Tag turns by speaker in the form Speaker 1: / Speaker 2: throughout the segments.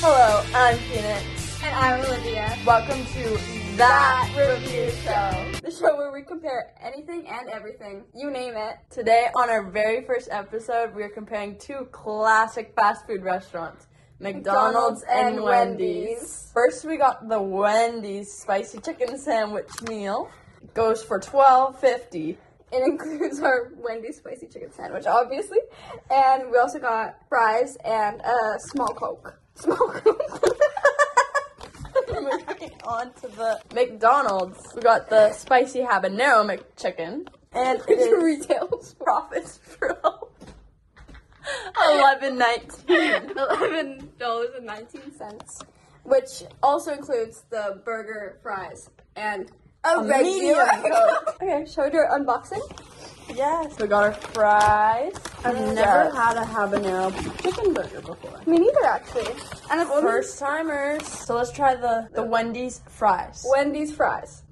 Speaker 1: Hello, I'm Peanut.
Speaker 2: And I'm Olivia.
Speaker 1: Welcome to That Review Show.
Speaker 2: The show where we compare anything and everything. You name it.
Speaker 1: Today, on our very first episode, we are comparing two classic fast food restaurants. McDonald's,
Speaker 2: McDonald's
Speaker 1: and,
Speaker 2: and
Speaker 1: Wendy's.
Speaker 2: Wendy's.
Speaker 1: First, we got the Wendy's spicy chicken sandwich meal. It goes for twelve fifty.
Speaker 2: It includes our Wendy's spicy chicken sandwich, obviously. And we also got fries and a small Coke. Small Coke.
Speaker 1: Moving on to the McDonald's, we got the spicy habanero McChicken, and it
Speaker 2: Which
Speaker 1: is
Speaker 2: retails for
Speaker 1: profits from eleven nineteen.
Speaker 2: $11.19. Which also includes the burger, fries, and a,
Speaker 1: A
Speaker 2: regular
Speaker 1: medium Coke.
Speaker 2: Coke. Okay, shall we do our unboxing?
Speaker 1: Yes. We got our fries.
Speaker 2: I've
Speaker 1: Yes.
Speaker 2: never had
Speaker 1: a habanero chicken burger before.
Speaker 2: Me neither, actually. And I've only
Speaker 1: First timers. So let's try the the Wendy's fries.
Speaker 2: Wendy's fries.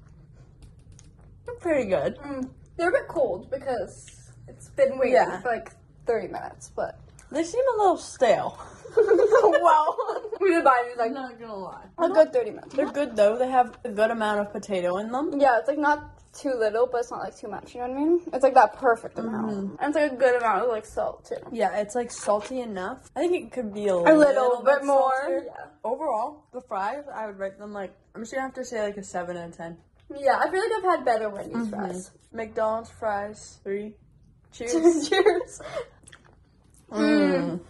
Speaker 1: They're pretty good.
Speaker 2: Mm, they're a bit cold because it's been waiting
Speaker 1: Yeah.
Speaker 2: for like 30 minutes, but.
Speaker 1: They seem a little stale.
Speaker 2: wow. We did buy these like
Speaker 1: Oh, not gonna lie.
Speaker 2: a good 30 minutes.
Speaker 1: They're good though. They have a good amount of potato in them.
Speaker 2: Yeah, it's like not too little, but it's not like too much, you know what I mean? It's like that perfect
Speaker 1: Mm-hmm.
Speaker 2: amount. And it's like a good amount of like salt too.
Speaker 1: Yeah, it's like salty enough. I think it could be a,
Speaker 2: A little bit
Speaker 1: saltier.
Speaker 2: more. Yeah.
Speaker 1: Overall, the fries, I would rate them like I'm just gonna have to say like a seven out of ten.
Speaker 2: Yeah, I feel like I've had better Wendy's
Speaker 1: Mm-hmm.
Speaker 2: fries.
Speaker 1: McDonald's fries, three. Cheers.
Speaker 2: Cheers.
Speaker 1: Mm.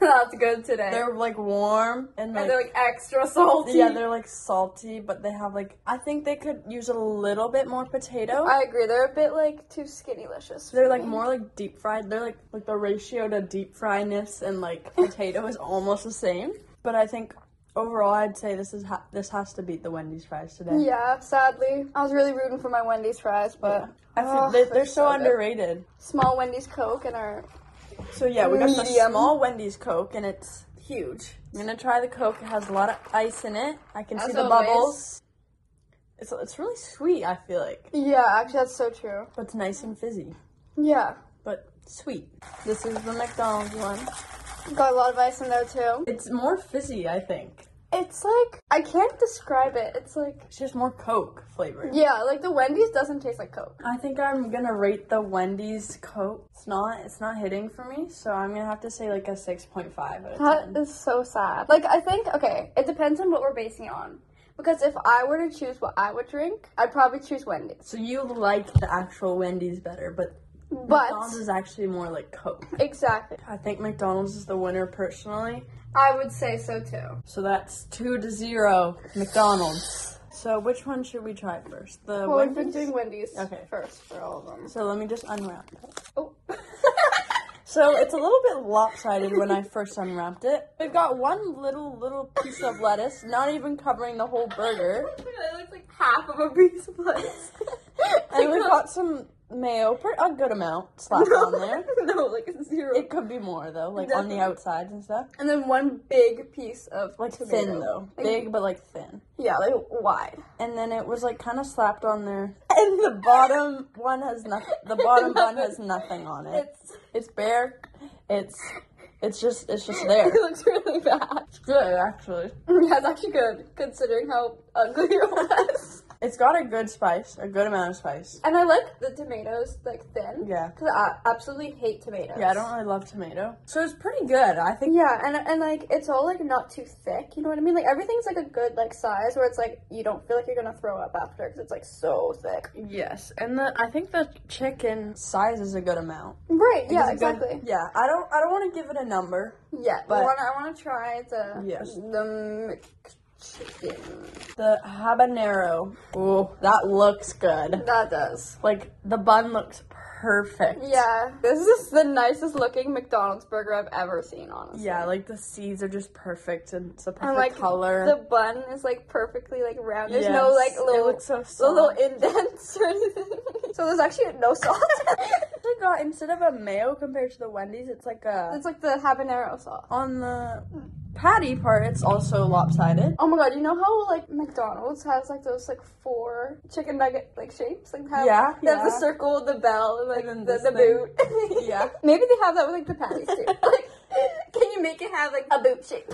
Speaker 2: That's good today.
Speaker 1: They're like warm and like,
Speaker 2: and they're like extra salty.
Speaker 1: yeah, they're like salty, but they have like I think they could use a little bit more potato.
Speaker 2: I agree. They're a bit like too skinny licious.
Speaker 1: they're like more like deep fried. They're like like the ratio to deep friedness and like potato is almost the same. But I think overall, I'd say this is ha- this has to beat the Wendy's fries today.
Speaker 2: Yeah, sadly. I was really rooting for my Wendy's fries, but
Speaker 1: I feel
Speaker 2: Ugh,
Speaker 1: they, they're, so,
Speaker 2: good.
Speaker 1: underrated.
Speaker 2: Small Wendy's Coke and our
Speaker 1: So yeah, we got the
Speaker 2: Medium.
Speaker 1: small Wendy's Coke, and it's huge. I'm gonna try the Coke. It has a lot of ice in it. I can see
Speaker 2: As
Speaker 1: the
Speaker 2: always.
Speaker 1: bubbles. It's it's really sweet. I feel like,
Speaker 2: Yeah, actually that's so true.
Speaker 1: but it's nice and fizzy,
Speaker 2: Yeah.
Speaker 1: but sweet. This is the McDonald's one.
Speaker 2: Got a lot of ice in there too.
Speaker 1: It's more fizzy, I think.
Speaker 2: It's like I can't describe it. It's like
Speaker 1: It's just more Coke flavor.
Speaker 2: yeah, like the Wendy's doesn't taste like Coke.
Speaker 1: I think I'm gonna rate the Wendy's Coke. It's not it's not hitting for me, so I'm gonna have to say like a six point five out of
Speaker 2: That
Speaker 1: ten.
Speaker 2: is so sad. Like I think okay, it depends on what we're basing it on. Because if I were to choose what I would drink, I'd probably choose Wendy's.
Speaker 1: so you like the actual Wendy's better, but McDonald's
Speaker 2: But
Speaker 1: is actually more like Coke.
Speaker 2: exactly.
Speaker 1: I think McDonald's is the winner personally.
Speaker 2: I would say so too.
Speaker 1: So that's two to zero McDonald's. So which one should we try first? The
Speaker 2: Well, we've been
Speaker 1: Wendy's?
Speaker 2: doing Wendy's
Speaker 1: Okay.
Speaker 2: first for all of them.
Speaker 1: So let me just unwrap. it.
Speaker 2: Oh.
Speaker 1: So it's a little bit lopsided when I first unwrapped it. We've got one little little piece of lettuce, not even covering the whole burger.
Speaker 2: That looks like half of a piece of lettuce.
Speaker 1: And we've got some mayo, per- a good amount slapped on there.
Speaker 2: no, like a zero.
Speaker 1: It could be more though, like on the
Speaker 2: Definitely.
Speaker 1: outsides and stuff.
Speaker 2: and then one big piece of
Speaker 1: Like
Speaker 2: tomato.
Speaker 1: thin though,
Speaker 2: Like-
Speaker 1: big but like thin.
Speaker 2: Yeah, like wide.
Speaker 1: And then it was like kind of slapped on there. And the bottom one has nothing. The bottom bun has nothing on it.
Speaker 2: It's
Speaker 1: It's bare. It's it's just it's just there.
Speaker 2: it looks really bad.
Speaker 1: It's good actually.
Speaker 2: That's actually good considering how ugly it was.
Speaker 1: It's got a good spice, a good amount of spice.
Speaker 2: and I like the tomatoes like thin.
Speaker 1: Yeah.
Speaker 2: Because I absolutely hate tomatoes.
Speaker 1: Yeah, I don't really love tomato, so it's pretty good. I think
Speaker 2: Yeah, and and like it's all like not too thick, you know what I mean? Like everything's like a good like size where it's like you don't feel like you're gonna throw up after because it's like so thick.
Speaker 1: Yes, and the I think the chicken size is a good amount.
Speaker 2: Right?
Speaker 1: It
Speaker 2: Yeah,
Speaker 1: is a good-
Speaker 2: exactly.
Speaker 1: yeah, I don't I don't want to give it a number.
Speaker 2: Yeah,
Speaker 1: But-
Speaker 2: I want to. I want to try the
Speaker 1: Yes.
Speaker 2: the McChicken.
Speaker 1: The habanero. Ooh, that looks good.
Speaker 2: That does.
Speaker 1: Like the bun looks perfect.
Speaker 2: Yeah, this is the nicest looking McDonald's burger I've ever seen. Honestly.
Speaker 1: Yeah, like the seeds are just perfect and it's a perfect
Speaker 2: And like
Speaker 1: color.
Speaker 2: the bun is like perfectly like round. There's no
Speaker 1: Yes,
Speaker 2: like
Speaker 1: it
Speaker 2: little
Speaker 1: looks so
Speaker 2: little
Speaker 1: soft.
Speaker 2: indents or anything. So there's actually no sauce.
Speaker 1: they got instead of a mayo compared to the Wendy's, it's like a
Speaker 2: it's like the habanero sauce.
Speaker 1: on the patty part it's also lopsided.
Speaker 2: Oh my god, you know how like McDonald's has like those like four chicken nugget like shapes? Like have,
Speaker 1: Yeah,
Speaker 2: they have
Speaker 1: yeah.
Speaker 2: the circle, the bell, and like
Speaker 1: And then
Speaker 2: the,
Speaker 1: this
Speaker 2: the
Speaker 1: thing.
Speaker 2: boot.
Speaker 1: Yeah.
Speaker 2: Maybe they have that with like the patties too. like can you make it have like a boot shape?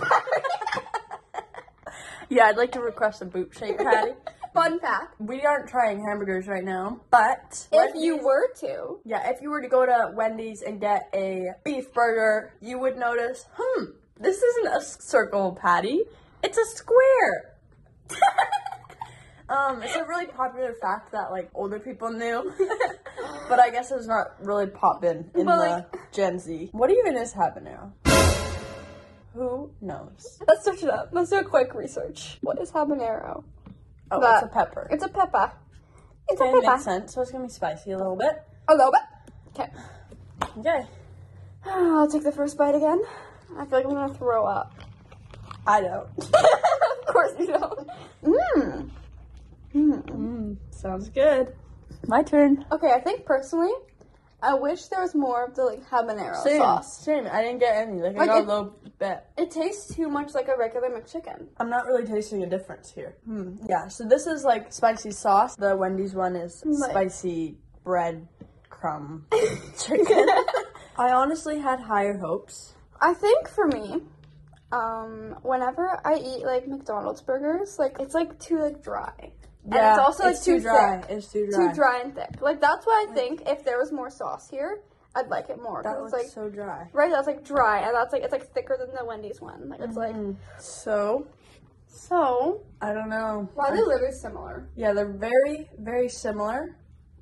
Speaker 1: Yeah, I'd like to request a boot shaped patty.
Speaker 2: Fun fact:
Speaker 1: we aren't trying hamburgers right now, but
Speaker 2: If you were to,
Speaker 1: yeah, if you were to go to Wendy's and get a beef burger, you would notice, hmm, this isn't a s- circle patty, it's a square. um, it's a really popular fact that like older people knew, but I guess it's not really poppin' in
Speaker 2: But,
Speaker 1: the
Speaker 2: like-
Speaker 1: Gen Z. What even is habanero? Who knows?
Speaker 2: let's search it up. Let's do a quick research. What is habanero?
Speaker 1: Oh,
Speaker 2: But-
Speaker 1: it's a pepper.
Speaker 2: It's a pepper. It's a
Speaker 1: It
Speaker 2: pepper.
Speaker 1: makes sense. So it's gonna be spicy a little bit.
Speaker 2: A little bit. Okay.
Speaker 1: Okay.
Speaker 2: I'll take the first bite again. I feel like I'm gonna throw up.
Speaker 1: I don't.
Speaker 2: of course you don't. Mmm.
Speaker 1: Mm, sounds good. My turn.
Speaker 2: Okay, I think personally, I wish there was more of the like habanero
Speaker 1: Same.
Speaker 2: sauce.
Speaker 1: Same. I didn't get any. Like,
Speaker 2: Like,
Speaker 1: I got
Speaker 2: it-
Speaker 1: a little bit.
Speaker 2: It tastes too much like a regular McChicken.
Speaker 1: I'm not really tasting a difference here. Hmm. Yeah. So this is like spicy sauce. The Wendy's one is
Speaker 2: Like-
Speaker 1: spicy bread crumb chicken. I honestly had higher hopes.
Speaker 2: I think for me, um, whenever I eat like McDonald's burgers, like it's like too like dry. and it's also like too,
Speaker 1: dry.
Speaker 2: thick.
Speaker 1: It's too dry.
Speaker 2: Too dry and thick. Like that's why I think if there was more sauce here, I'd like it more. 'cause
Speaker 1: That
Speaker 2: it's
Speaker 1: looks
Speaker 2: like
Speaker 1: so dry.
Speaker 2: right, that's like dry, and that's like it's like thicker than the Wendy's one. Like it's like
Speaker 1: Hmm. So
Speaker 2: so.
Speaker 1: I don't know.
Speaker 2: Why are they literally similar?
Speaker 1: Yeah, they're very, very similar.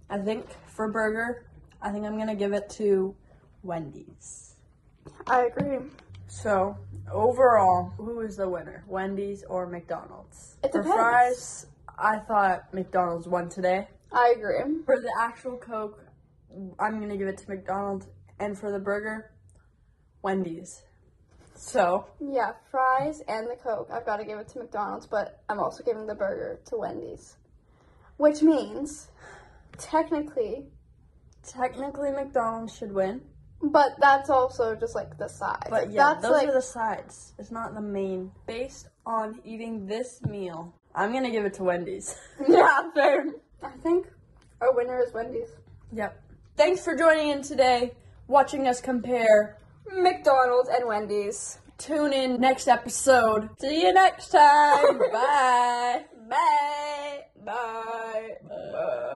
Speaker 1: I think for burger, I think I'm gonna give it to Wendy's.
Speaker 2: I agree.
Speaker 1: So overall, who is the winner? Wendy's or McDonald's?
Speaker 2: It
Speaker 1: for
Speaker 2: depends.
Speaker 1: fries, I thought McDonald's won today.
Speaker 2: I agree.
Speaker 1: For the actual Coke, I'm gonna give it to McDonald's, and for the burger, Wendy's. So
Speaker 2: Yeah, fries and the Coke. I've got to give it to McDonald's, but I'm also giving the burger to Wendy's. Which means, technically,
Speaker 1: technically, McDonald's should win,
Speaker 2: but that's also just like the side.
Speaker 1: but yeah,
Speaker 2: that's
Speaker 1: those
Speaker 2: like
Speaker 1: are the sides. It's not the main. Based on eating this meal, I'm gonna give it to Wendy's.
Speaker 2: yeah, fair. I think our winner is Wendy's.
Speaker 1: Yep. Thanks for joining in today, watching us compare.
Speaker 2: McDonald's and Wendy's.
Speaker 1: Tune in next episode. See you next time. Bye.
Speaker 2: Bye. Bye. Bye.